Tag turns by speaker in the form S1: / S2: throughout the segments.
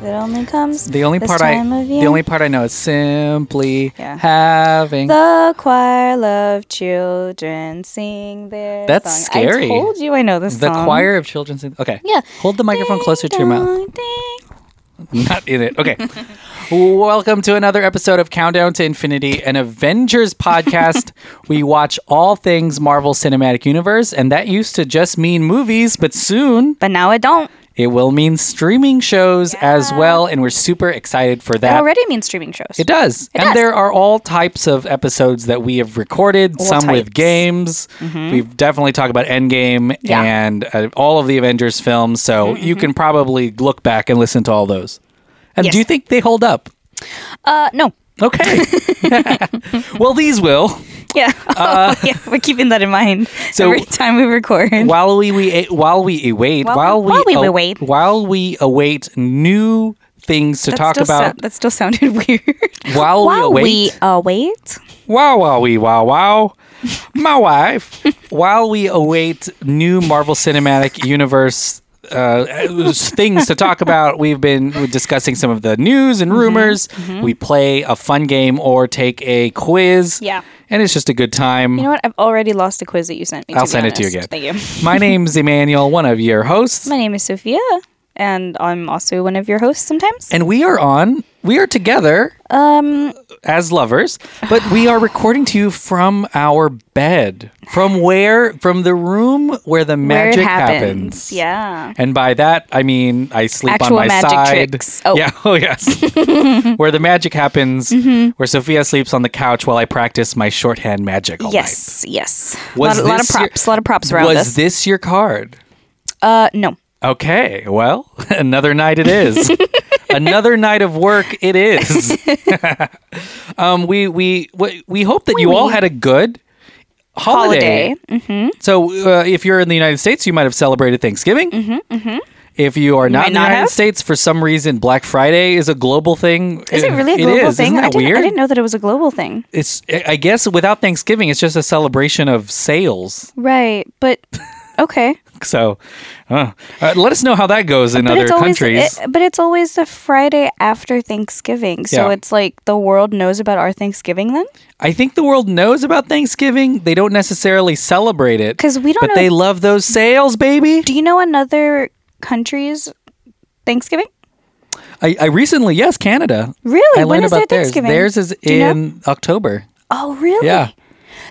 S1: song comes.
S2: The only
S1: this
S2: part I
S1: time of year.
S2: the only part I know is simply
S1: Yeah.
S2: having.
S1: The choir of children sing their
S2: That's
S1: song.
S2: scary.
S1: I told you I know this
S2: The
S1: song.
S2: choir of children. Sing- okay.
S1: Yeah.
S2: Hold the microphone
S1: Ding
S2: closer to your mouth.
S1: dong, ding.
S2: Not in it. Okay. Welcome to another episode of Countdown to Infinity, an Avengers podcast. we watch all things Marvel Cinematic Universe, and that used to just mean movies, but soon
S1: But now I don't.
S2: it will mean streaming shows as well, and we're super excited for
S1: It
S2: that.
S1: already means streaming shows.
S2: It does. and
S1: does.
S2: there are all types of episodes that we have recorded, some
S1: types. Mm-hmm.
S2: with games. We've definitely talked about Endgame
S1: Yeah. Mm-hmm,
S2: and uh, all of the Avengers films, so you can probably look back and listen to all those. And
S1: Yes.
S2: do you think they hold up?
S1: Uh, no.
S2: Okay. well, these will.
S1: Yeah. Oh, yeah. We're keeping that in mind
S2: Uh, so-
S1: every time we record.
S2: While we, we while we await
S1: While-
S2: while we
S1: while we
S2: aw-
S1: await.
S2: while we await new things to
S1: That
S2: talk
S1: still
S2: about
S1: sou- that still sounded weird.
S2: while,
S1: While
S2: we await
S1: we await.
S2: Wow, wow, wee, wow, wow. My wife. While we await new Marvel Cinematic Universe uh, things to talk about, we've been discussing some of the news
S1: Mm-hmm,
S2: and rumors. We play a fun game or take a quiz.
S1: Yeah.
S2: And it's just a good time.
S1: You know what? I've already lost the quiz that you sent me.
S2: I'll
S1: be
S2: send it to you
S1: honest.
S2: again.
S1: Thank you.
S2: My name's Emmanuel, one of your hosts.
S1: My name is Sophia, and I'm also one of your hosts sometimes.
S2: and we are on, we are together
S1: Um,
S2: as lovers, but we are recording to you from our bed. From where? From the room where the magic happens.
S1: Yeah.
S2: And by that, I mean I sleep
S1: Actual
S2: on my
S1: magic
S2: side.
S1: tricks. Oh.
S2: Yeah. Oh, yes. where the magic happens,
S1: Mm-hmm.
S2: where Sophia sleeps on the couch while I practice my shorthand magic all night.
S1: Yes. Yes. A lot, lot of
S2: this your-
S1: props. A lot of props around
S2: Was
S1: us.
S2: this your card?
S1: uh, no.
S2: Okay. Well, another night it is. another night of work it is. um, we we we- we hope that you all
S1: wee.
S2: had a good
S1: Holiday.
S2: holiday.
S1: Mm-hmm.
S2: So, uh, if you're in the United States, you might have celebrated Thanksgiving. Mm-hmm, If you are not
S1: might
S2: in the
S1: not
S2: United
S1: have.
S2: States, for some reason, Black Friday is a global thing.
S1: Is it really a
S2: It
S1: global
S2: is.
S1: thing?
S2: Isn't
S1: I,
S2: that
S1: didn't,
S2: weird?
S1: I didn't know that it was a global thing.
S2: It's. I guess without Thanksgiving, it's just a celebration of sales.
S1: Right. But okay.
S2: So, uh, uh, let us know how that goes in
S1: but
S2: other
S1: it's always
S2: countries.
S1: it- but it's always the Friday after Thanksgiving. So
S2: Yeah.
S1: it's like the world knows about our Thanksgiving then?
S2: I think the world knows about Thanksgiving. They don't necessarily celebrate it
S1: 'Cause we don't
S2: But
S1: know-
S2: they love those sales, baby.
S1: Do you know another country's Thanksgiving?
S2: I, I recently, yes, Canada.
S1: Really?
S2: I
S1: When
S2: learned
S1: is
S2: about
S1: their
S2: theirs.
S1: Thanksgiving?
S2: Theirs is
S1: Do you know?
S2: in October.
S1: Oh, really?
S2: Yeah,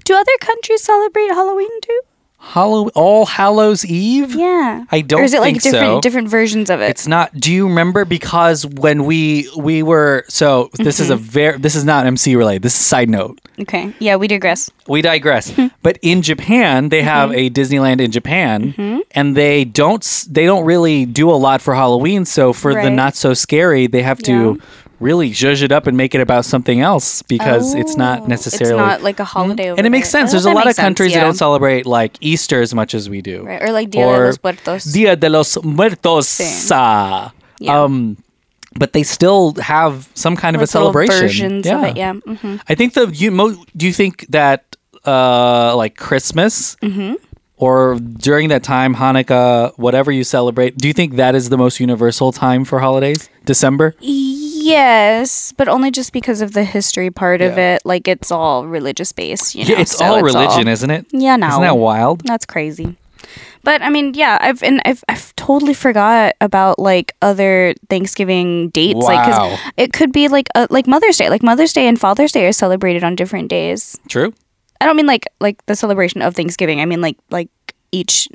S1: Do other countries celebrate Halloween too?
S2: Hallow All Hallows Eve.
S1: Yeah.
S2: I don't
S1: Or is it like
S2: think
S1: different
S2: so.
S1: different versions of it?
S2: It's not. Do you remember? Because when we we were so this
S1: Mm-hmm.
S2: is a very this is not MC related. This is side note.
S1: okay. Yeah, we digress.
S2: We digress. but in Japan, they have
S1: Mm-hmm.
S2: a Disneyland in Japan, and they don't s- they don't really do a lot for Halloween. So for the
S1: Right.
S2: not so scary, they have to really zhuzh it up and make it about something else because it's not necessarily.
S1: Oh.
S2: Hmm?
S1: It's not like a holiday over
S2: and it makes
S1: there.
S2: sense.
S1: Oh,
S2: There's a
S1: that
S2: lot of
S1: makes sense,
S2: countries
S1: yeah.
S2: that don't celebrate like Easter as much as we do,
S1: Right, or like Dia de los Muertos.
S2: Dia de los Muertos. ah.
S1: Yeah.
S2: Um, but they still have some kind of a
S1: Like little
S2: celebration.
S1: versions of it, yeah. Mhm.
S2: I think the you mo- do you think that uh like Christmas or during that time Hanukkah whatever you celebrate do you think that is the most universal time for holidays December
S1: Yes, but only just because of the history part of
S2: Yeah.
S1: it. Like it's all religious based. You know?
S2: yeah it's
S1: so
S2: all religion isn't it
S1: Yeah, no.
S2: isn't that wild
S1: That's crazy. But I mean, yeah, I've and I've I've totally forgot about like other Thanksgiving dates, like
S2: Wow.
S1: it could be like uh, like Mother's Day, like Mother's Day and Father's Day are celebrated on different days.
S2: true
S1: I don't mean like like the celebration of Thanksgiving. I mean like like each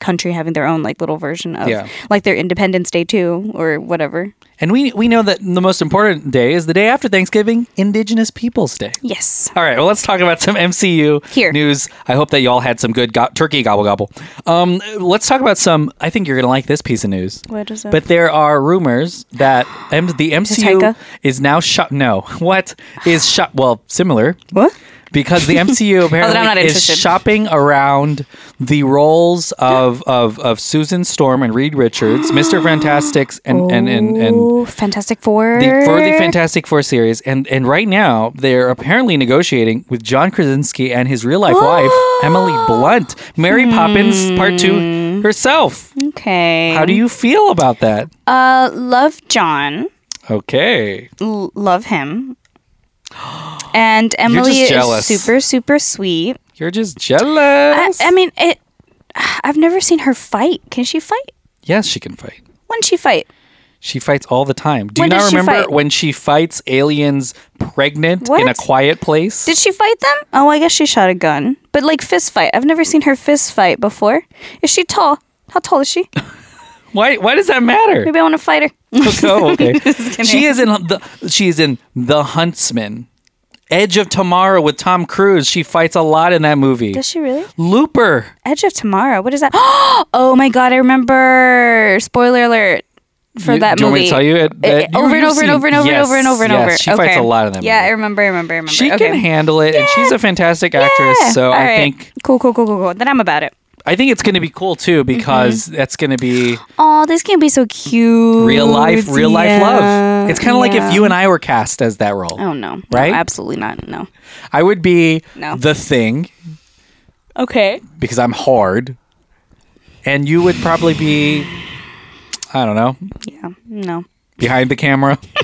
S1: country having their own like little version of
S2: Yeah.
S1: like their Independence Day too or whatever.
S2: and we we know that the most important day is the day after Thanksgiving Indigenous Peoples Day
S1: Yes.
S2: All right, well, let's talk about some MCU
S1: Here.
S2: news. I hope that y'all had some good go- turkey gobble gobble. Um, let's talk about some. I think you're going to like this piece of news.
S1: What is it?
S2: But there are rumors that M- the MCU
S1: Taika?
S2: is now shut. No, what is shut? Well, similar
S1: What?
S2: because the MCU apparently
S1: I'm not
S2: is
S1: interested.
S2: shopping around the roles of, of of Susan Storm and Reed Richards, Mr. Fantastics, and and and, and
S1: Oh, Fantastic Four.
S2: the, for the Fantastic Four series, and and right now they're apparently negotiating with John Krasinski and his real life wife Emily Blunt, Mary Poppins Part
S1: Hmm.
S2: Two herself.
S1: Okay.
S2: How do you feel about that?
S1: uh love John?
S2: Okay.
S1: L- love him. And Emily is
S2: jealous.
S1: super, super sweet.
S2: You're just
S1: I,
S2: jealous.
S1: I mean, it. I've never seen her fight. Can she fight?
S2: yes, she can fight.
S1: When she fight?
S2: She fights all the time. Do
S1: When
S2: you
S1: does
S2: not
S1: she
S2: remember
S1: fight?
S2: when she fights aliens pregnant in a
S1: What?
S2: quiet place?
S1: Did she fight them? Oh, I guess she shot a gun. But like fist fight, I've never seen her fist fight before. Is she tall? How tall is she?
S2: why why does that matter?
S1: Maybe I want to fight her.
S2: Oh, okay. she is in the she is in The Huntsman. Edge of Tomorrow with Tom Cruise. She fights a lot in that movie.
S1: Does she really?
S2: Looper.
S1: Edge of Tomorrow. What is that? Oh my god, I remember. Spoiler alert for
S2: You-
S1: that
S2: do you want me
S1: movie.
S2: to tell you it-
S1: Uh,
S2: that- you-
S1: over and
S2: you've
S1: over and
S2: seen-
S1: over and over and
S2: Yes,
S1: over and over and
S2: yes,
S1: over.
S2: she fights
S1: Okay.
S2: a lot in that
S1: Yeah,
S2: movie.
S1: I remember. I remember. I remember.
S2: She
S1: okay.
S2: can handle it, and she's a fantastic actress.
S1: Yeah.
S2: So
S1: All
S2: I
S1: right.
S2: think
S1: cool, cool, cool, cool, cool. Then I'm about it.
S2: I think it's going to be cool too
S1: Mm-hmm.
S2: because that's going to be
S1: Oh, this can be so cute.
S2: real life, real life
S1: Yeah,
S2: love. It's kind of like if
S1: yeah.
S2: you and I were cast as that role.
S1: Oh no! No,
S2: Right?
S1: absolutely not. No.
S2: I would be
S1: No.
S2: the thing
S1: Okay.
S2: because I'm hard, and you would probably be I don't know
S1: Yeah. No.
S2: behind the camera.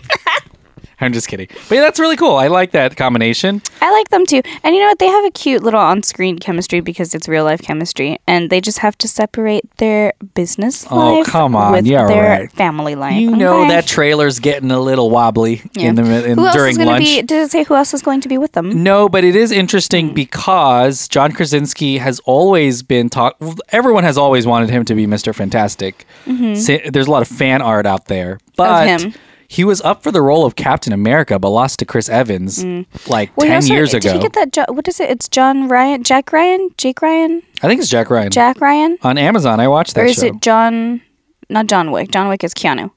S2: I'm just kidding, but yeah, that's really cool. I like that combination.
S1: I like them too. And you know what? They have a cute little on screen chemistry because it's real life chemistry. And they just have to separate their business
S2: Oh,
S1: life
S2: come on.
S1: with
S2: Yeah,
S1: their
S2: right.
S1: family life.
S2: You know
S1: Okay?
S2: that trailer's getting a little wobbly
S1: Yeah.
S2: in the mi- in,
S1: who else
S2: during
S1: is gonna
S2: lunch.
S1: Be, did it say who else is going to be with them?
S2: No, but it is
S1: Hmm.
S2: interesting because John Krasinski has always been talked. Everyone has always wanted him to be Mister Fantastic. Sa- there's a lot of fan art out there, but
S1: Mm-hmm. him.
S2: he was up for the role of Captain America, but lost to Chris Evans like
S1: Mm. Well, he
S2: ten
S1: also-
S2: years
S1: did
S2: ago.
S1: he get that? Jo- what is it? It's John Ryan, Jack Ryan, Jake Ryan,
S2: I think it's Jack Ryan
S1: Jack Ryan,
S2: on Amazon. I watched that
S1: or is
S2: show.
S1: it John? Not John Wick. John Wick is Keanu,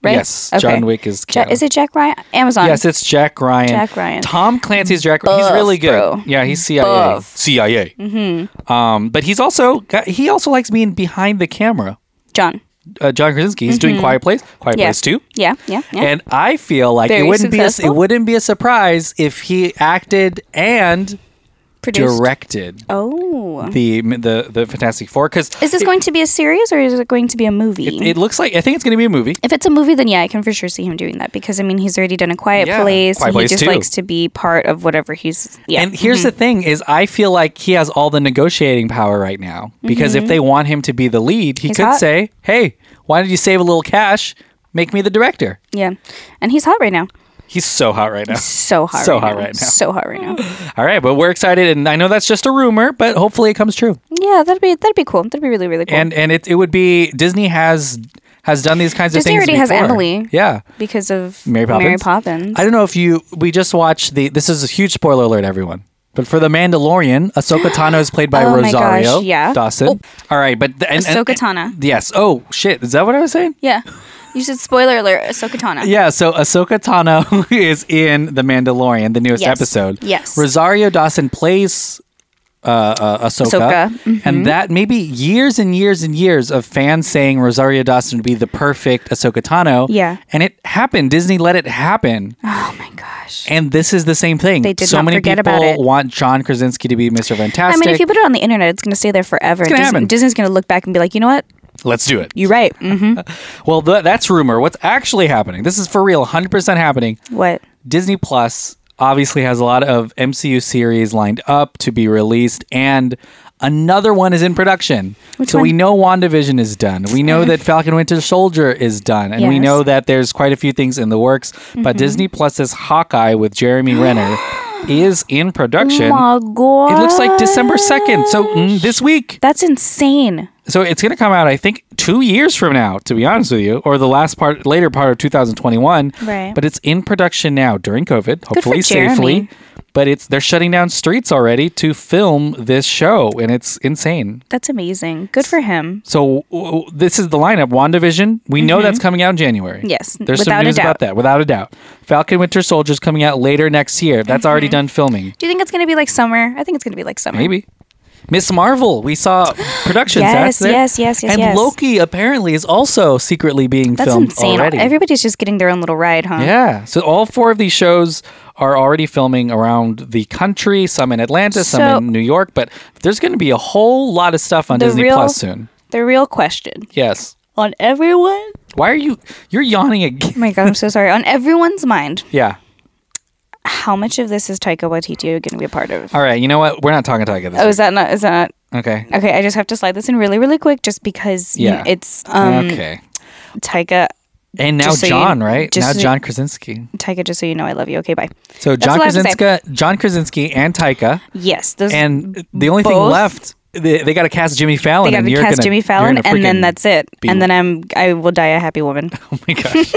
S1: right?
S2: Yes, John Wick is.
S1: Ja-
S2: Keanu.
S1: is it Jack Ryan? Amazon.
S2: Yes, it's Jack Ryan.
S1: Jack Ryan.
S2: Tom Clancy's Jack. Ryan. he's
S1: Buff,
S2: really good.
S1: bro.
S2: Yeah, he's CIA.
S1: Buff.
S2: CIA. Mm-hmm. Um, but he's also got, he also likes being behind the camera.
S1: John.
S2: Uh, John Krasinski. He's doing Quiet Place. Quiet
S1: Mm-hmm. Yeah.
S2: Place Two.
S1: Yeah. Yeah. Yeah.
S2: And I feel like
S1: Very
S2: it wouldn't be a,
S1: successful.
S2: it wouldn't be a surprise if he acted and
S1: Produced.
S2: directed
S1: Oh.
S2: the the the Fantastic Four because
S1: Is this going to be a series or is it going to be a movie?
S2: it looks like I think it's going to be a movie.
S1: if it's a movie, then yeah, I can for sure see him doing that because I mean he's already done a Quiet
S2: Yeah,
S1: Place.
S2: Quiet
S1: he
S2: Place
S1: just
S2: too.
S1: likes to be part of whatever he's. Yeah, Mm-hmm.
S2: And here's the thing is I feel like he has all the negotiating power right now because if they want him to be the lead,
S1: Mm-hmm.
S2: he
S1: He's
S2: could
S1: hot.
S2: say, "Hey, why don't you save a little cash? Make me the director."
S1: yeah, and he's hot right now.
S2: He's so hot right now.
S1: So hot.
S2: So
S1: right
S2: hot
S1: now.
S2: right now.
S1: So hot right now.
S2: all right, but we're excited and I know that's just a rumor, but hopefully it comes true.
S1: Yeah, that'd be that'd be cool. That'd be really really cool.
S2: And and it it would be Disney has has done these kinds
S1: Disney
S2: of
S1: already
S2: things
S1: has
S2: before.
S1: Emily.
S2: Yeah.
S1: because of
S2: Mary Poppins.
S1: Poppins.
S2: I don't know if you we just watched the this is a huge spoiler alert everyone. But for The Mandalorian, Ahsoka Tano is played by
S1: Oh my
S2: Rosario
S1: gosh, yeah.
S2: Dawson.
S1: Oh.
S2: All right, but the, and, and-
S1: Ahsoka Tano.
S2: Yes. Oh shit, is that what I was saying?
S1: yeah, you said spoiler alert. Ahsoka Tano.
S2: Yeah, so Ahsoka Tano is in The Mandalorian, the newest
S1: Yes.
S2: episode.
S1: Yes.
S2: Rosario Dawson plays uh, uh, Ahsoka.
S1: Ahsoka, mm-hmm.
S2: And that maybe years and years and years of fans saying Rosario Dawson would be the perfect Ahsoka Tano.
S1: Yeah.
S2: And it happened. Disney let it happen.
S1: Oh my gosh.
S2: And this is the same thing.
S1: They did
S2: so
S1: not
S2: many
S1: forget
S2: people
S1: about it.
S2: want John Krasinski to be Mr.
S1: I
S2: Fantastic.
S1: mean, if you put it on the internet, it's going to stay there forever.
S2: gonna
S1: Disney-
S2: happen.
S1: Disney's going to look back and be like, you know what?
S2: Let's do it.
S1: You're right. Mm-hmm.
S2: Well, th- that's rumor. What's actually happening? This is for real, 100% happening.
S1: What?
S2: Disney Plus obviously has a lot of MCU series lined up to be released, and another one is in production. so we
S1: one?
S2: know WandaVision is done. We know that Falcon Winter Soldier is done, and
S1: Yes.
S2: we
S1: Mm-hmm.
S2: know that there's quite a few things in the works. But Disney Plus's Hawkeye with Jeremy Renner is in production.
S1: Oh My
S2: It
S1: God.
S2: looks like December 2nd, so mm, this week.
S1: That's insane.
S2: So it's going to come out, I think, two years from now, to be honest with you, or the last part, later part of 2021.
S1: Right.
S2: But it's in production now during COVID, hopefully
S1: Jeremy.
S2: safely. But it's they're shutting down streets already to film this show, and it's insane.
S1: That's amazing. Good for him.
S2: So w- w- this is the lineup: WandaVision. We know that's coming out in January.
S1: Mm-hmm. Yes,
S2: there's
S1: without
S2: some
S1: a
S2: news
S1: doubt.
S2: about that, without a doubt. Falcon Winter Soldier's coming out later next year. That's
S1: Mm-hmm.
S2: already done filming.
S1: Do you think it's going to be like summer? I think it's going to be like summer.
S2: Maybe. Miss Marvel, we saw productions. that's
S1: Yes,
S2: there.
S1: yes, yes, yes,
S2: And
S1: yes.
S2: Loki apparently is also secretly being
S1: That's
S2: filmed
S1: insane.
S2: already.
S1: Everybody's just getting their own little ride, huh?
S2: yeah. So all four of these shows are already filming around the country. Some in Atlanta,
S1: So-
S2: some in New York. But there's going to be a whole lot of stuff on
S1: The
S2: Disney
S1: real-
S2: Plus soon.
S1: The real question
S2: Yes.
S1: on everyone.
S2: Why are you? You're yawning again.
S1: Oh my god, I'm so sorry. On everyone's mind,
S2: Yeah.
S1: how much of this is Taika Waititi going to be a part of?
S2: All right. You know what? We're not talking Taika this
S1: Oh,
S2: week.
S1: is that not? Is that
S2: okay.
S1: not? Okay, I just have to slide this in really, really quick, just because you-
S2: Yeah.
S1: it's um,
S2: okay.
S1: Taika.
S2: And now
S1: just so you-
S2: John, right?
S1: just
S2: Now
S1: so-
S2: John Krasinski.
S1: Taika, just so you know, I love you. Okay, bye.
S2: So
S1: That's
S2: John
S1: all I have to say.
S2: Krasinski, John Krasinski, and Taika,
S1: Yes, those
S2: and the only thing
S1: both-
S2: left, they, they got to cast Jimmy Fallon.
S1: they got
S2: and
S1: to
S2: you're
S1: cast
S2: gonna-
S1: Jimmy
S2: you're
S1: Fallon,
S2: gonna
S1: and then
S2: freaking-
S1: that's it.
S2: be-
S1: And then I'm I will die a happy woman.
S2: Oh my gosh.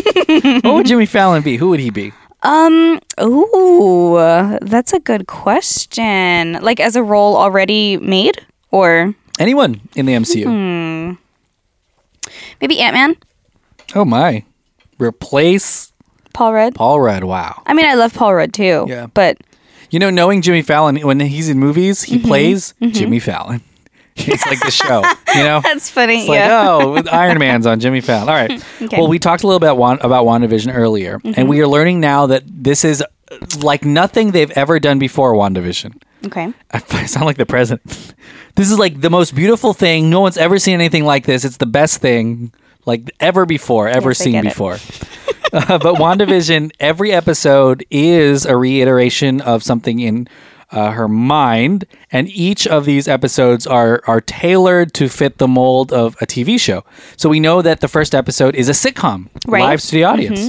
S2: what would Jimmy Fallon be? Who would he be?
S1: Um. Ooh, that's a good question. Like as a role already made, or
S2: Anyone in the MCU?
S1: Hmm. maybe Ant Man,
S2: Oh my! Replace
S1: Paul Rudd.
S2: Paul Rudd. Wow.
S1: I mean, I love Paul Rudd too.
S2: Yeah.
S1: But
S2: You know, knowing Jimmy Fallon when he's in movies, he
S1: Mm-hmm.
S2: plays Jimmy Fallon. It's like the show. You know.
S1: that's funny.
S2: It's like,
S1: yeah.
S2: oh, with Iron Man's on Jimmy Fallon. All right. Well, we talked a little bit Wan- about WandaVision earlier,
S1: Mm-hmm.
S2: and we are learning now that this is uh, like nothing they've ever done before WandaVision.
S1: okay.
S2: I f- I sound like the president. This is like the most beautiful thing. No one's ever seen anything like this. It's the best thing like ever before, ever
S1: Yes, I
S2: seen
S1: get it.
S2: before. uh, but WandaVision, every episode is a reiteration of something in uh, her mind, and each of these episodes are are tailored to fit the mold of a TV show. So we know that the first episode is a sitcom,
S1: Right. Mm-hmm,
S2: live to the audience.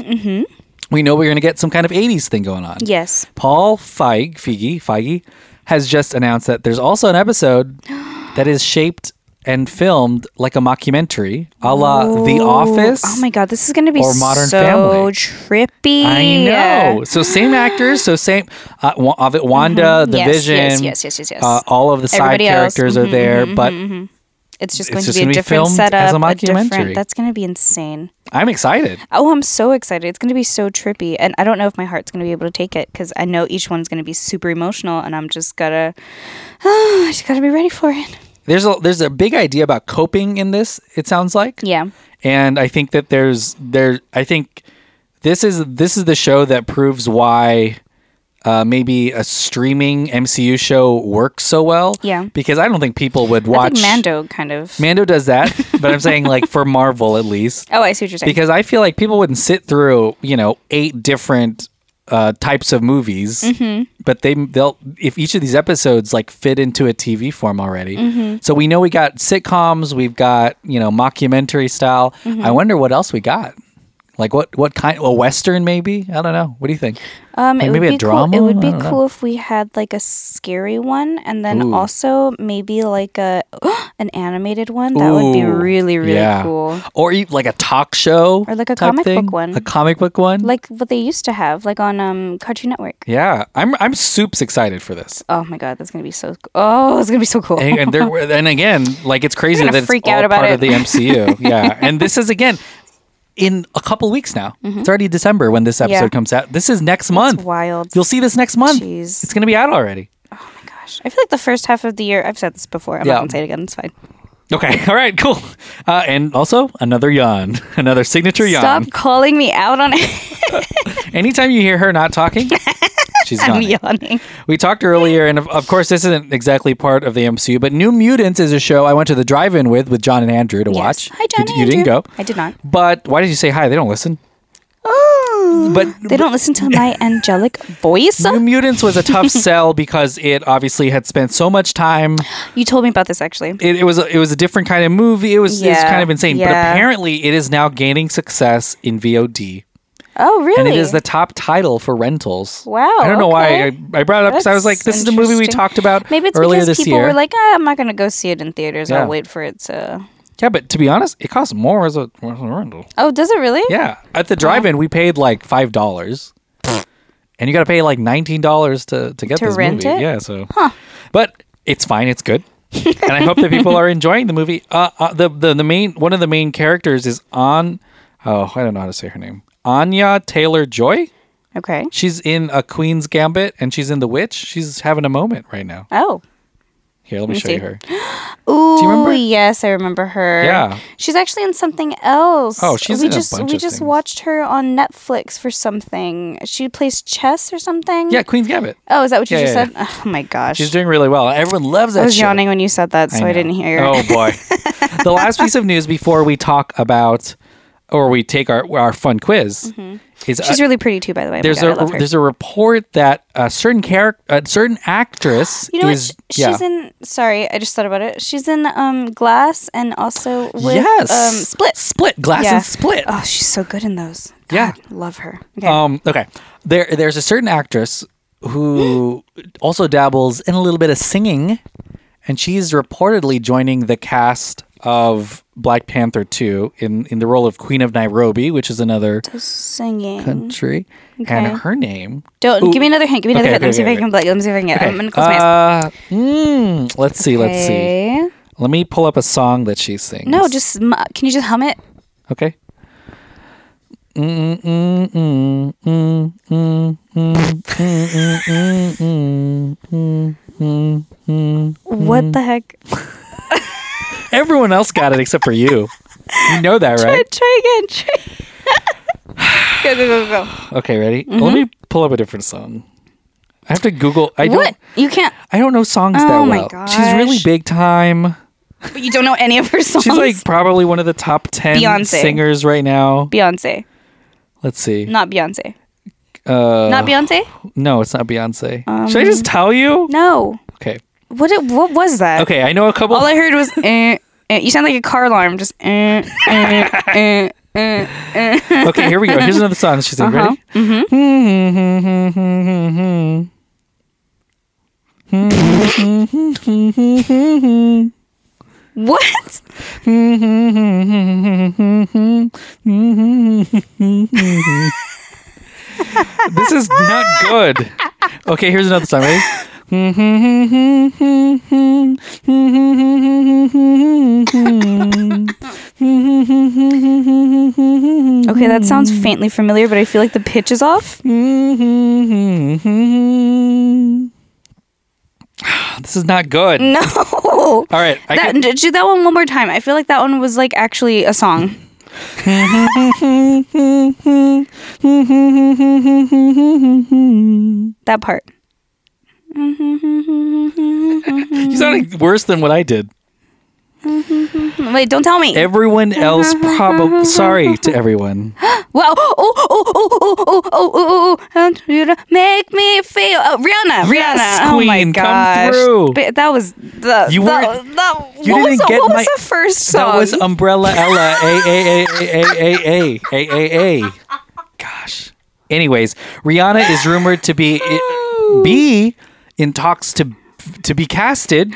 S2: We know we're going to get some kind of '80s thing going on.
S1: Yes.
S2: Paul Feig, Feige, Feige has just announced that there's also an episode that is shaped and filmed like a mockumentary, a la The Office.
S1: Oh my God, this is going to be
S2: Or Modern
S1: so
S2: Family.
S1: trippy.
S2: I know. So same actors, so same uh, Wa- of it, Wanda,
S1: Mm-hmm.
S2: The
S1: Yes, yes,
S2: Vision,
S1: yes, yes, yes, yes.
S2: Uh, all of the
S1: Everybody
S2: side
S1: else. Mm-hmm,
S2: characters are there. but
S1: It's just going
S2: It's
S1: to
S2: just
S1: be a
S2: gonna be
S1: different
S2: filmed
S1: setup.
S2: as a
S1: different-
S2: mockumentary.
S1: that's going to be insane.
S2: I'm excited.
S1: Oh, I'm so excited. It's going to be so trippy. And I don't know if my heart's going to be able to take it because I know each one's going to be super emotional and I'm just got to, I just got to be ready for it.
S2: There's a there's a big idea about coping in this. It sounds like.
S1: Yeah.
S2: and I think that there's there. I think this is this is the show that proves why uh, maybe a streaming MCU show works so well.
S1: Yeah.
S2: because I don't think people would watch
S1: I think Mando kind of.
S2: Mando does that, but I'm saying like for Marvel at least,
S1: oh, I see what you're saying.
S2: because I feel like people wouldn't sit through you know eight different. Uh, types of movies,
S1: Mm-hmm.
S2: but they they'll if each of these episodes like fit into a TV form already.
S1: Mm-hmm.
S2: So we know we got sitcoms, we've got you know mockumentary style.
S1: Mm-hmm.
S2: I wonder what else we got. Like what what kind? A western maybe? I don't know. What do you think?
S1: Um,
S2: Like,
S1: it
S2: maybe
S1: would be
S2: a drama?
S1: Cool. It would
S2: I
S1: be
S2: don't know.
S1: cool if we had like a scary one, and then
S2: Ooh.
S1: also maybe like a an animated one. That would be
S2: Ooh,
S1: really really
S2: yeah.
S1: cool.
S2: Or e- like a talk show
S1: Or like a
S2: type
S1: comic book one.
S2: thing? A comic book one.
S1: Like what they used to have, like on um Cartoon Network.
S2: yeah, I'm I'm soups excited for this.
S1: Oh my god, that's gonna be so. Oh, it's gonna be so cool.
S2: and, and there and again, like it's crazy
S1: gonna
S2: that it's
S1: freak
S2: all
S1: out about
S2: part
S1: it.
S2: of the MCU. yeah, and this is again in a couple weeks now. It's already December when this episode
S1: Mm-hmm. Yeah.
S2: comes out. This is next month.
S1: wild.
S2: You'll see this next month.
S1: Jeez.
S2: It's gonna be out already.
S1: Gosh, I feel like the first half of the year. I've said this before. I'm
S2: Yeah.
S1: not gonna say it again. It's fine.
S2: Okay. All right. Cool. Uh, and also another yawn, another signature yawn.
S1: Stop calling me out on it.
S2: Anytime you hear her not talking, she's
S1: I'm
S2: yawning.
S1: yawning.
S2: We talked earlier, and of, of course, this isn't exactly part of the MCU, but New Mutants is a show I went to the drive-in with with John and Andrew to watch.
S1: Yes. Hi, John.
S2: You,
S1: and
S2: you didn't
S1: Andrew.
S2: go.
S1: I did not.
S2: But why did you say hi? They don't listen.
S1: Oh,
S2: But
S1: they don't listen to my angelic voice.
S2: New Mutants was a tough sell because it obviously had spent so much time.
S1: You told me about this actually.
S2: It, it was a, it was a different kind of movie. It was, it was
S1: Yeah,
S2: kind of insane. But
S1: yeah.
S2: apparently, it is now gaining success in VOD,
S1: Oh, really?
S2: and it is the top title for rentals.
S1: Wow,
S2: I don't know why I,
S1: okay.
S2: I brought it up because I was like,
S1: That's
S2: this is the movie we
S1: interesting.
S2: talked about
S1: Maybe it's
S2: earlier
S1: because
S2: this
S1: people
S2: year.
S1: were like, ah, I'm not going to go see it in theaters.
S2: Yeah.
S1: I'll wait for it to.
S2: yeah, but to be honest, it costs more as a, as a rental.
S1: Oh, does it really?
S2: Yeah, at the drive-in, we paid like five dollars, and you got to pay like nineteen dollars to to get
S1: To
S2: this
S1: rent
S2: movie.
S1: it?
S2: Yeah, so but it's fine. It's good, and I hope that people are enjoying the movie. Uh, uh, the the the main one of the main characters is on. Oh, I don't know how to say her name. Anya Taylor Joy.
S1: Okay.
S2: She's in a Queen's Gambit, and she's in The Witch. She's having a moment right now.
S1: Oh.
S2: Here, let me,
S1: me
S2: show
S1: see.
S2: you her.
S1: Ooh,
S2: remember?
S1: yes, I remember her.
S2: Yeah.
S1: She's actually in something else.
S2: Oh, she's
S1: we
S2: in a
S1: just
S2: bunch
S1: we
S2: of
S1: just
S2: things.
S1: watched her on Netflix for something. She plays chess or something.
S2: Yeah, Queen's Gambit.
S1: Oh, is that what you
S2: Yeah,
S1: just
S2: yeah,
S1: said? Oh my gosh.
S2: She's doing really well. Everyone loves that.
S1: I was
S2: show.
S1: yawning when you said that, so Oh, I,
S2: know.
S1: didn't hear.
S2: Oh boy. the last piece of news before we talk about or we take our our fun quiz is
S1: Mm-hmm. She's
S2: uh,
S1: really pretty too, by the way. Oh my
S2: there's
S1: God, I love
S2: a
S1: her.
S2: there's a report that a certain character a certain actress
S1: You know
S2: is
S1: what? Sh- She's in. Sorry, I just thought about it. She's in um Glass and also with
S2: yes
S1: um Split.
S2: split glass
S1: Yeah.
S2: and split
S1: Oh, she's so good in those. God,
S2: Yeah.
S1: love her. Okay.
S2: Um, okay. There, there's a certain actress who also dabbles in a little bit of singing, and she's reportedly joining the cast of Black Panther 2 in, in the role of Queen of Nairobi, which is another
S1: Singing.
S2: country. And
S1: Mm-hmm. Okay.
S2: her name.
S1: Don't give me another hint. Give me another
S2: Okay,
S1: hint. Let me
S2: okay,
S1: see if I
S2: okay,
S1: can. bl- Let me see if I can get. I'm gonna close my eyes.
S2: Uh, mm, let's see. Let's see.
S1: Okay.
S2: Let me pull up a song that she sings.
S1: No, just sm- can you just hum it?
S2: Okay. Mm, mm, mm, mm, mm, mm, mm, mm, mm, mm, mm, mm, mm.
S1: What the heck?
S2: Everyone else got it except for you. You know that,
S1: Try,
S2: right?
S1: try again. Try. go go go go.
S2: Okay, ready? Let me pull up a different song. I have to Google. I
S1: Mm-hmm. What?
S2: don't.
S1: You can't.
S2: I don't know songs
S1: Oh
S2: that
S1: my
S2: well. She's really
S1: gosh.
S2: big time.
S1: But you don't know any of her songs.
S2: She's like probably one of the top ten
S1: Beyonce.
S2: singers right now.
S1: Beyonce,
S2: Let's see.
S1: not Beyonce,
S2: Uh,
S1: not Beyonce.
S2: no, it's not Beyonce. Should I just
S1: Um,
S2: tell you?
S1: No.
S2: Okay.
S1: What? it- What was that?
S2: Okay, I know a couple.
S1: All I heard was. Eh, eh. You sound like a car alarm. Just. Eh, eh, eh, eh.
S2: okay, here we go. Here's another song. She's like,
S1: Uh-huh.
S2: ready? Mm-hmm.
S1: What?
S2: this is not good. Okay, here's another song. Ready?
S1: Okay, that sounds faintly familiar, but I feel like the pitch is off.
S2: This is not good.
S1: No.
S2: All right, I
S1: That,
S2: can-
S1: do that one one more time. I feel like that one was like actually a song. That part.
S2: you sounded worse than what I did.
S1: Wait, don't tell me.
S2: Everyone else probably. Sorry to everyone.
S1: Wow. Oh, oh, oh, oh, oh, oh, oh, oh, oh. How do you make me feel? Oh, Rihanna. Rihanna.
S2: Yes,
S1: oh my
S2: queen, come
S1: gosh.
S2: through.
S1: Ba- that was the.
S2: You
S1: that,
S2: weren't-
S1: that-
S2: you
S1: what was
S2: didn't
S1: the,
S2: get
S1: what
S2: my-
S1: was the first song?
S2: That was Umbrella Ella. A A A A A A A A A. Gosh. Anyways, Rihanna is rumored to be be in talks to to be casted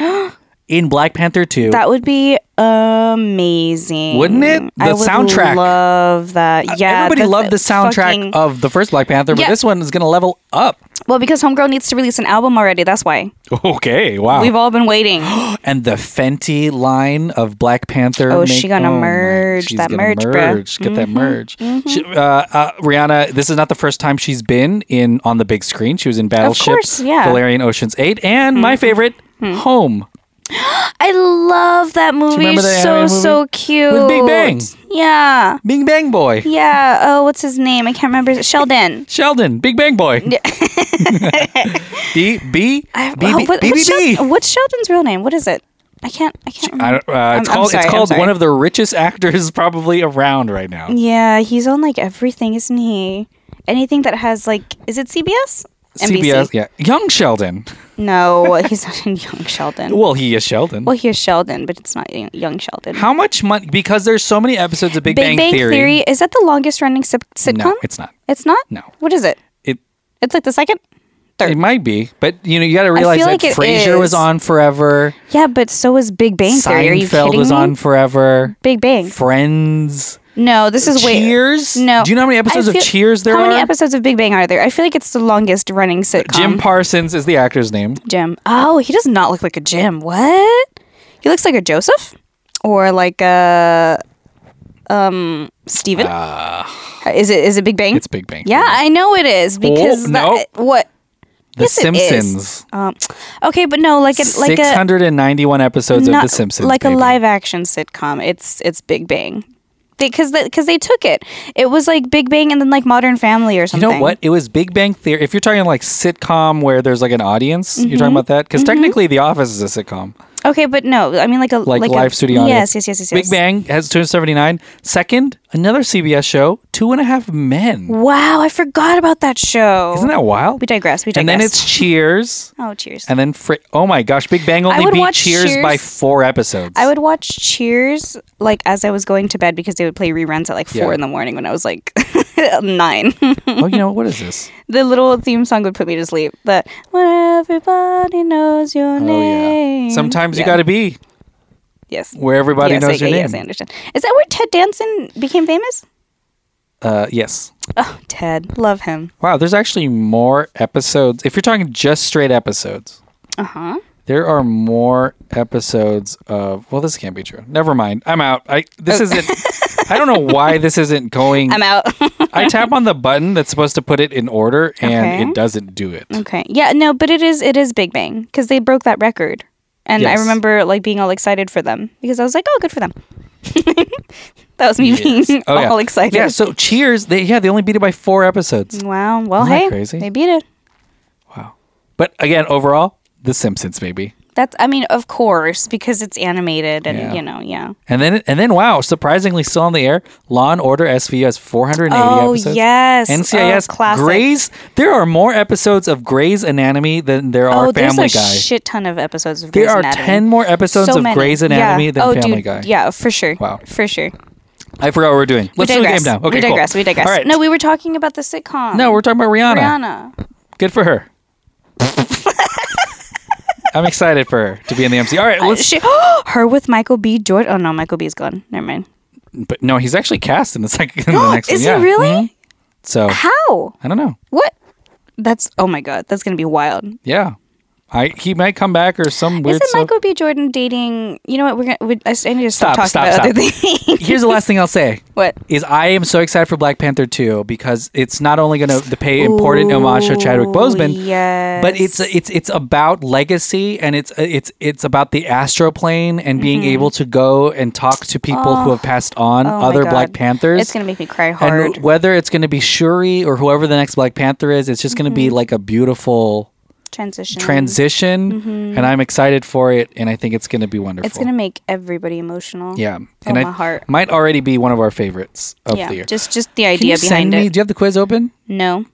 S2: in Black Panther 2.
S1: that would be amazing,
S2: Wouldn't it?
S1: I
S2: The
S1: would
S2: soundtrack. Uh,
S1: Love that. Yeah.
S2: Everybody
S1: that's
S2: loved the
S1: a
S2: soundtrack
S1: fucking-
S2: of the first Black Panther, but
S1: Yeah.
S2: this one is going to level up.
S1: well, because Homegirl needs to release an album already. That's why
S2: Okay, wow.
S1: we've all been waiting.
S2: and the Fenty line of Black Panther.
S1: Oh, she gonna
S2: my-
S1: merge
S2: she's
S1: that
S2: gonna
S1: merge, bruh. Mm-hmm.
S2: merge. Get that merge. She- uh, uh, Rihanna, this is not the first time she's been in on the big screen. She was in Battleship,
S1: course, yeah. Mm-hmm.
S2: Valerian Ocean's Eight, and my favorite, Home.
S1: I love that movie.
S2: remember that
S1: so
S2: anime movie?
S1: so cute.
S2: With Big Bang.
S1: Yeah.
S2: Big Bang Boy.
S1: Yeah. Oh, what's his name? I can't remember. Sheldon.
S2: Sheldon, Big Bang Boy. B B
S1: I-
S2: B
S1: oh,
S2: B
S1: what-
S2: B
S1: what's,
S2: B.
S1: Shel- what's Sheldon's real name? What is it? I can't. I can't.
S2: I
S1: Remember.
S2: don't- uh, it's
S1: I'm- I'm
S2: called,
S1: sorry,
S2: it's
S1: I'm
S2: called
S1: sorry.
S2: one of the richest actors probably around right now.
S1: yeah, he's on like everything, isn't he? Anything that has like, is it CBS?
S2: CBS, yeah, young Sheldon.
S1: No, he's not in Young Sheldon.
S2: Well, he is Sheldon.
S1: Well, here's Sheldon, but it's not Young- Young Sheldon.
S2: How much money? Because there's so many episodes of Big,
S1: Big Bang, Theory.
S2: Theory.
S1: is that the longest running sit- sitcom?
S2: No, it's not.
S1: It's not.
S2: No.
S1: What is it?
S2: It
S1: It's like the second,
S2: it
S1: third.
S2: might be, but you know you got to realize
S1: feel
S2: that
S1: like it
S2: Frasier was
S1: is.
S2: on forever.
S1: Yeah, but so is Big Bang Theory. Are you
S2: Seinfeld
S1: kidding
S2: was
S1: me?
S2: on forever.
S1: Big Bang.
S2: Friends.
S1: No, this is way.
S2: Cheers?
S1: No.
S2: Do you know how many
S1: I
S2: episodes of
S1: feel-
S2: Cheers there
S1: How many
S2: are?
S1: episodes of Big Bang are there? I feel like it's the longest running sitcom.
S2: Jim Parsons is the actor's name.
S1: Jim. Oh, he does not look like a Jim. What? He looks like a Joseph, or like a um Steven. is it is it Big Bang?
S2: Uh, It's Big Bang.
S1: Yeah, I know it is because
S2: no.
S1: that, what.
S2: The
S1: yes, it is.
S2: Simpsons.
S1: Um, okay, but no, like a, like
S2: Six
S1: a
S2: hundred and ninety-one episodes
S1: not
S2: of The Simpsons.
S1: like
S2: baby.
S1: a live action sitcom. It's it's Big Bang. Because they, because they took it, it was like Big Bang and then like Modern Family or
S2: You
S1: something.
S2: know what? It was Big Bang Theory.
S1: Mm-hmm.
S2: If you're talking like sitcom where there's like an audience, you're talking about that because technically The Office is a sitcom.
S1: Okay, but no, I mean like a
S2: like,
S1: a-
S2: live studio audience.
S1: Yes, yes, yes, yes.
S2: Big
S1: yes.
S2: Bang has 279. Second, another CBS show, Two and a Half Men.
S1: Wow, I forgot about that show.
S2: Isn't that wild?
S1: We digress. We digress.
S2: and then it's Cheers.
S1: oh, cheers.
S2: And then Fri oh my gosh, Big Bang only
S1: would
S2: beat
S1: watch
S2: Cheers,
S1: Cheers.
S2: by four episodes.
S1: I would watch Cheers like as I was going to bed because they would play reruns at like four
S2: Yeah.
S1: in the morning when I was like nine.
S2: oh, you know what is this?
S1: the little theme song would put me to sleep. That when everybody knows your
S2: Oh
S1: name.
S2: yeah. Sometimes you
S1: Yeah.
S2: got to be
S1: Yes.
S2: where everybody
S1: yes,
S2: knows
S1: I,
S2: your
S1: Yes, I
S2: name.
S1: understand. Is that where Ted Danson became famous?
S2: Uh, yes.
S1: Oh, Ted, love him.
S2: Wow, there's actually more episodes. If you're talking just straight episodes,
S1: Uh huh.
S2: there are more episodes of. Well, this can't be true. Never mind. I'm out. I this isn't. I don't know why this isn't going.
S1: Oh. I'm out.
S2: I tap on the button that's supposed to put it in order, and
S1: Okay. Oh,
S2: it doesn't do it.
S1: okay. Yeah. No, but it is it is Big Bang because they broke that record, and I
S2: Yes.
S1: remember like being all excited for them because I was like, oh, good for them. that was me being
S2: Oh, yeah.
S1: all excited.
S2: Yeah. So Cheers. They yeah they only beat it by four episodes.
S1: Wow. Well,
S2: Isn't that
S1: hey,
S2: crazy?
S1: they beat it.
S2: But again, overall, The Simpsons maybe.
S1: That's. I mean, of course, because it's animated, and
S2: Yeah.
S1: you know, yeah.
S2: And then and then wow, surprisingly still on the air. Law and Order SVU has 480
S1: Oh
S2: episodes.
S1: yes.
S2: NCIS,
S1: oh, classic.
S2: Grey's. There are more episodes of Grey's Anatomy than there are
S1: Oh, there's
S2: Family
S1: a
S2: Guy.
S1: shit ton of episodes of
S2: there
S1: Grey's
S2: are
S1: Anatomy.
S2: ten more episodes
S1: so
S2: of
S1: many.
S2: Grey's
S1: Yeah.
S2: Anatomy than
S1: oh,
S2: Family
S1: dude,
S2: Guy.
S1: Yeah, for sure.
S2: Wow.
S1: For sure.
S2: I forgot what we're doing. Let's
S1: we
S2: do the
S1: digress.
S2: game now. Okay,
S1: we digress.
S2: cool.
S1: We digress.
S2: All right.
S1: No, we were talking about the sitcom.
S2: no, we're talking about Rihanna.
S1: Rihanna.
S2: Good for her. I'm excited for her to be in the MC. All right, let's.
S1: She, her with Michael B. Jordan. Oh no, Michael B's gone. Never mind.
S2: but no, he's actually cast in the second. In the next
S1: Is
S2: one.
S1: he
S2: yeah.
S1: really?
S2: Mhm. So
S1: How?
S2: I don't know.
S1: What? That's oh my god. That's gonna be wild.
S2: Yeah, I he might come back or some weird.
S1: Isn't
S2: stuff.
S1: Michael B. Jordan dating? You know what? We're gonna. We, I, s- I need to stop,
S2: Stop,
S1: talking
S2: stop,
S1: about
S2: stop.
S1: other things.
S2: Here's the last thing I'll say.
S1: what?
S2: is I am so excited for Black Panther 2 because it's not only going to pay important homage to Chadwick Boseman,
S1: Yes.
S2: but it's it's it's about legacy and it's it's it's about the astroplane and being able to go and talk to people who have passed on,
S1: Mm-hmm. Oh my
S2: other
S1: God.
S2: Black Panthers.
S1: It's gonna make me cry hard.
S2: and whether it's going to be Shuri or whoever the next Black Panther is, it's just going to be
S1: Mm-hmm.
S2: like a beautiful
S1: Transition.
S2: transition, and I'm excited for it. And I think it's going to be wonderful.
S1: Mm-hmm. It's gonna make everybody emotional.
S2: yeah,
S1: Oh,
S2: and I
S1: my heart.
S2: might already be one of our favorites of the
S1: Yeah.
S2: year.
S1: Just just the
S2: Can you
S1: idea
S2: send
S1: behind
S2: me?
S1: it.
S2: Do you have the quiz open?
S1: No.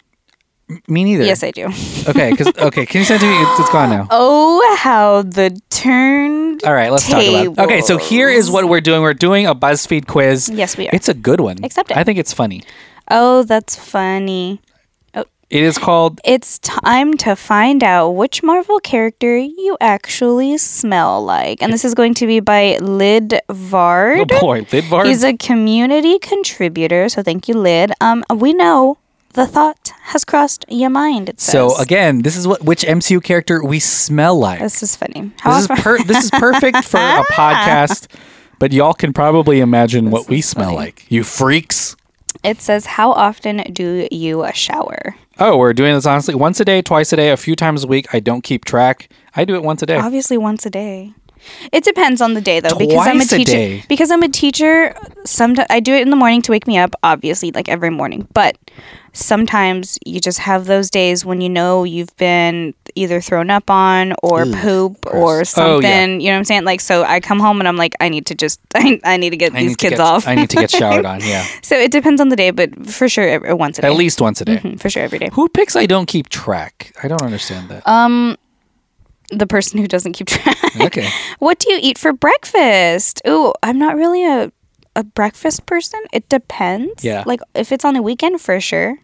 S2: Me neither.
S1: Yes, I do.
S2: okay, because okay, can you send it to me? It's, it's gone now.
S1: Oh, how the turned.
S2: All right, let's talk about. Okay, so here is what we're doing. We're doing a BuzzFeed quiz.
S1: Yes, we are.
S2: It's a good one.
S1: Accept it.
S2: I think it's funny.
S1: oh, that's funny.
S2: It is called.
S1: It's time to find out which Marvel character you actually smell like. And this is going to be by Lid
S2: Oh
S1: Vard.
S2: boy, Lidvar.
S1: He's a community contributor, so thank you, Lid. Um, we know the thought has crossed your mind. It says.
S2: so again, this is what which MCU character we smell like. This
S1: this is funny. How
S2: is per, this is perfect for a podcast. But y'all can probably imagine what we smell like. You freaks.
S1: it says, how often do you shower?
S2: Oh, we're doing this honestly once a day, twice a day, a few times a week. I don't keep track. I do it once a day.
S1: Obviously, once a day. It depends on the day, though, because I'm a
S2: Twice a
S1: teacher.
S2: day.
S1: Because I'm a teacher, sometimes I do it in the morning to wake me up. Obviously, like every morning, but sometimes you just have those days when you know you've been either thrown up on or poop or
S2: Oh,
S1: something.
S2: yeah.
S1: You know what I'm saying? Like, so I come home and I'm like, I need to just, I, I need to get
S2: I
S1: these
S2: need to
S1: kids
S2: get-
S1: off.
S2: I need to get showered on. Yeah,
S1: so it depends on the day, but for sure, ev- once a day.
S2: at least once a day.
S1: Mm, for sure, every day.
S2: Who picks I don't keep track? I don't understand that.
S1: Um, The person who doesn't keep track.
S2: okay.
S1: What do you eat for breakfast? Ooh, I'm not really a a breakfast person. It depends.
S2: Yeah.
S1: Like if it's on the weekend for sure.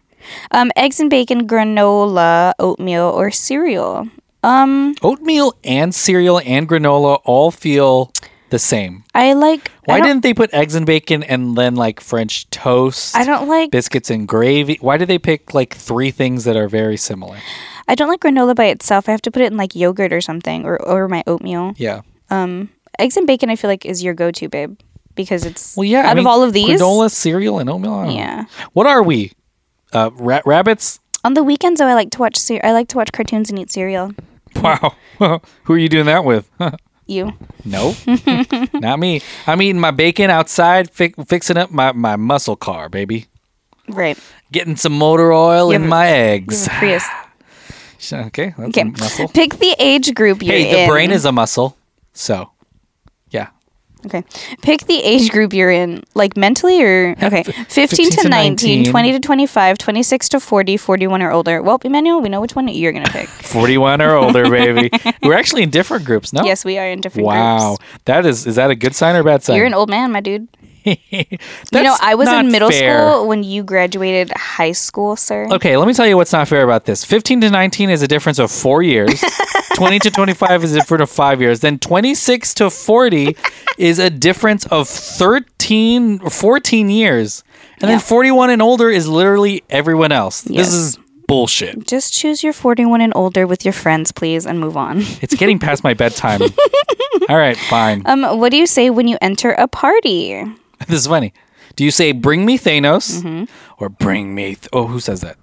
S1: Um, eggs and bacon, granola, oatmeal, or cereal. Um,
S2: Oatmeal and cereal and granola all feel the same.
S1: I like.
S2: Why
S1: I don't,
S2: didn't they put eggs and bacon and then like French toast,
S1: I don't like
S2: biscuits and gravy? Why did they pick like three things that are very similar?
S1: I don't like granola by itself. I have to put it in like yogurt or something, or or my oatmeal.
S2: Yeah.
S1: Um, eggs and bacon, I feel like is your go-to, babe, because it's
S2: Well, yeah. I
S1: Out
S2: mean,
S1: of all of these,
S2: granola, cereal, and oatmeal. I don't know.
S1: yeah.
S2: What are we? Uh, ra- rabbits?
S1: On the weekends, though, I like to watch. Cer- I like to watch cartoons and eat cereal.
S2: Wow. Who are you doing that with?
S1: You.
S2: No, not me. I'm eating my bacon outside, fi- fixing up my, my muscle car, baby.
S1: Right.
S2: Getting some motor oil
S1: You
S2: in
S1: have a-
S2: my
S1: You have
S2: eggs.
S1: a Prius.
S2: Okay, that's
S1: Okay.
S2: a muscle.
S1: Pick the age group you're
S2: Hey, the
S1: in.
S2: brain is a muscle. So, yeah.
S1: Okay. Pick the age group you're in, like mentally or okay, 15, to, 19, 20 to 25, 26 to 40, 41 or older. Well, Emmanuel, we know which one you're going to pick.
S2: 41 or older, baby. We're actually in different groups, no?
S1: Yes, we are in different
S2: Oh. Wow.
S1: groups.
S2: That is is that a good sign or a bad sign?
S1: You're an old man, my dude. you
S2: That's
S1: know, I was
S2: not
S1: in middle
S2: fair.
S1: school when you graduated high school, sir.
S2: Okay, let me tell you what's not fair about this. 15 to 19 is a difference of 4 years. 20 to 25 is a difference of 5 years. Then 26 to 40 is a difference of 13 or 14 years. And then 41 and older is literally everyone else.
S1: Yes.
S2: This is bullshit.
S1: Just choose your 41 and older with your friends, please, and move on.
S2: It's getting past my bedtime. All right, fine.
S1: Um, what do you say when you enter a party?
S2: this is funny. Do you say bring me Thanos
S1: Mm-hmm.
S2: or bring me? Th- oh, who says that?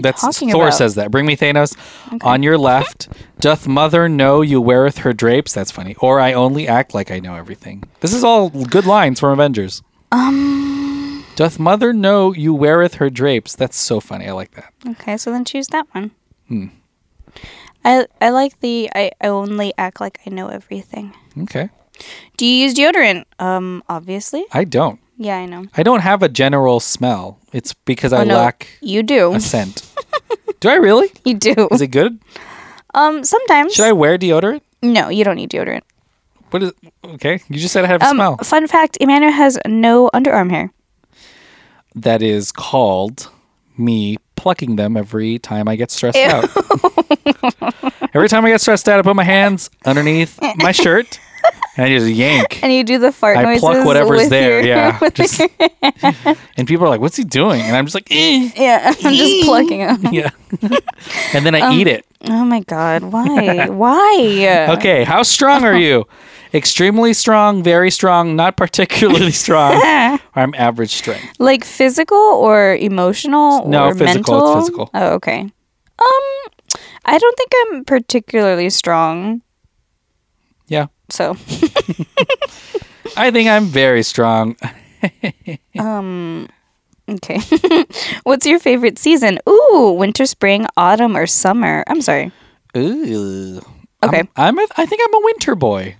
S2: That's
S1: talking
S2: Thor
S1: about?
S2: says that. Bring me Thanos. On your left, doth mother know you weareth her drapes? That's funny. Or I only act like I know everything. This is all good lines from Avengers. Um. Doth mother know you weareth her drapes? That's so funny. I like that.
S1: Okay, so then choose that one.
S2: Hmm.
S1: I I like the I, I only act like I know everything.
S2: Okay.
S1: Do you use deodorant? Um, obviously.
S2: I don't.
S1: Yeah, I know.
S2: I don't have a general smell. It's because I
S1: Oh, no,
S2: lack
S1: you do.
S2: a scent. Do I really?
S1: You do.
S2: Is it good?
S1: Um, sometimes.
S2: Should I wear deodorant?
S1: No, you don't need deodorant.
S2: What is okay? You just said I have a
S1: Um,
S2: smell.
S1: fun fact: Emmanuel has no underarm hair.
S2: That is called me plucking them every time I get stressed out. every time I get stressed out, I put my hands underneath my shirt and I just yank.
S1: And you do the fart
S2: I
S1: noises.
S2: pluck whatever's
S1: with
S2: there.
S1: your-
S2: yeah.
S1: with
S2: Just-
S1: your-
S2: and people are like, "What's he doing?" And I'm just like, eh.
S1: yeah, I'm just plucking them.
S2: "Yeah." and then I eat it.
S1: Oh my god, why? why?
S2: Okay, how strong are you? Extremely strong, very strong, not particularly strong. I'm average strength.
S1: Like physical or emotional
S2: No,
S1: or
S2: physical, it's
S1: mental?
S2: physical.
S1: Oh, okay. Um, I don't think I'm particularly strong.
S2: Yeah.
S1: So,
S2: I think I'm very strong.
S1: okay. What's your favorite season? Ooh, winter, spring, autumn, or summer? I'm sorry.
S2: Ooh.
S1: Okay.
S2: I'm, I'm a, I think I'm a winter boy.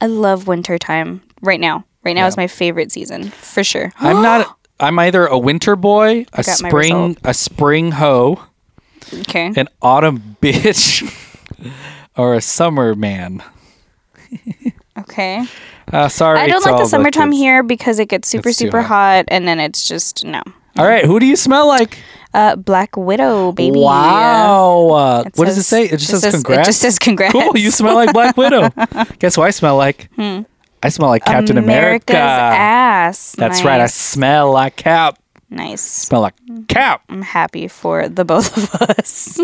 S1: I love winter time right now. Right now is my favorite season for sure.
S2: I'm not I'm either a winter boy, a
S1: got my
S2: spring
S1: result.
S2: a spring hoe,
S1: Okay.
S2: an autumn bitch, or a summer man.
S1: Okay.
S2: Uh, sorry.
S1: I don't
S2: to
S1: like
S2: all
S1: the summertime
S2: kids.
S1: here because it gets super
S2: It's too
S1: super
S2: hot.
S1: hot and then it's just no.
S2: All right, who do you smell like?
S1: Uh, Black Widow, baby. Um,
S2: Wow. Uh, what does it
S1: says-
S2: say? It just says,
S1: It
S2: congrats.
S1: just says congrats.
S2: cool. You smell like Black Widow. Guess what I smell like? I smell like Captain
S1: Hmm. America's
S2: America.
S1: ass.
S2: That's right. I
S1: Nice.
S2: smell like Cap.
S1: nice.
S2: Smell like Cap.
S1: I'm happy for the both of us.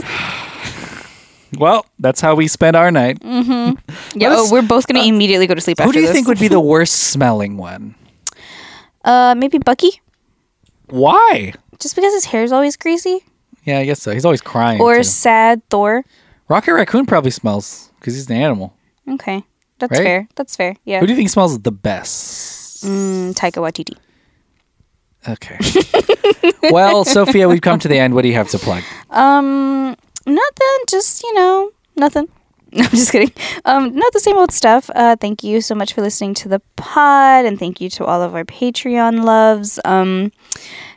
S2: Well, that's how we spend our night.
S1: yeah,
S2: Let's-
S1: oh, we're both gonna immediately go to sleep.
S2: Who
S1: after
S2: do you
S1: this.
S2: think would be the worst smelling one?
S1: Uh, maybe Bucky,
S2: Why?
S1: just because his hair is always greasy.
S2: Yeah, I guess so. He's always crying.
S1: Or
S2: too.
S1: sad Thor.
S2: Rocket Raccoon probably smells because he's an animal.
S1: Okay, that's
S2: Right?
S1: fair. That's fair. Yeah.
S2: Who do you think smells the best?
S1: mm, Taika Waititi.
S2: Okay. well, Sophia, we've come to the end. What do you have to plug?
S1: Um, nothing. Just you know, nothing. I'm just kidding. Um, not the same old stuff. Uh, thank you so much for listening to the pod, and thank you to all of our Patreon loves. Um,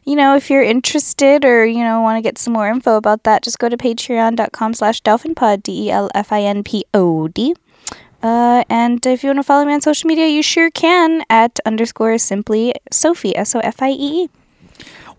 S1: you know, if you're interested or you know want to get some more info about that, just go to Patreon.com/slash DelphinPod. D e l f i n p o d. Uh, and if you want to follow me on social media, you sure can at underscore simply Sophie S O F I E E.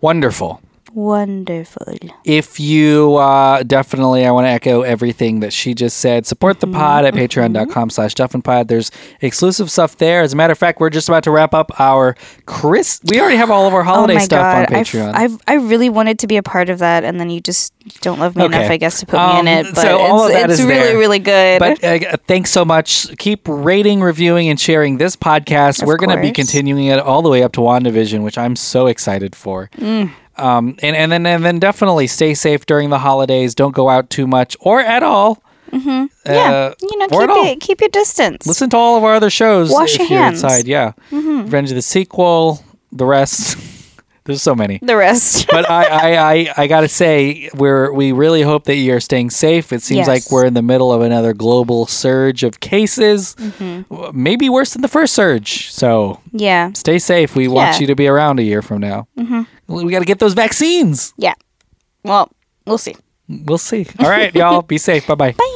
S2: Wonderful.
S1: Wonderful.
S2: If you uh, definitely, I want to echo everything that she just said. Support the pod
S1: Mm-hmm.
S2: at patreon.com slash duffinpod. There's exclusive stuff there. As a matter of fact, we're just about to wrap up our Chris. We already have all of our
S1: Oh
S2: holiday stuff on
S1: I f-
S2: Patreon.
S1: I, I really wanted to be a part of that, and then you just don't love me enough,
S2: Okay.
S1: I guess, to put
S2: Um,
S1: me in it. But
S2: so all of
S1: it's,
S2: that
S1: it's
S2: is
S1: really,
S2: there.
S1: really good.
S2: But uh, thanks so much. Keep rating, reviewing, and sharing this podcast. We're going to be
S1: course.
S2: continuing it all the way up to WandaVision, which I'm so excited for.
S1: Mm.
S2: Um, and, and then and then definitely stay safe during the holidays. Don't go out too much or at all. Mm-hmm.
S1: yeah, you know, keep it, keep your distance.
S2: Listen to all of our other shows.
S1: Wash
S2: if
S1: your Mm-hmm.
S2: you're
S1: hands.
S2: Inside. Yeah. Revenge of the sequel, the rest. There's so many.
S1: The rest.
S2: but I, I, I, I gotta say, we're we really hope that you're staying safe. It
S1: Yes.
S2: seems like we're in the middle of another global surge of cases,
S1: Mm-hmm.
S2: W- maybe worse than the first surge. So
S1: yeah.
S2: stay safe. We want
S1: Yeah. Mm-hmm.
S2: you to be around a year from now. We gotta get those vaccines.
S1: Yeah. Well, we'll see.
S2: We'll see. All right, y'all, be safe. Bye bye.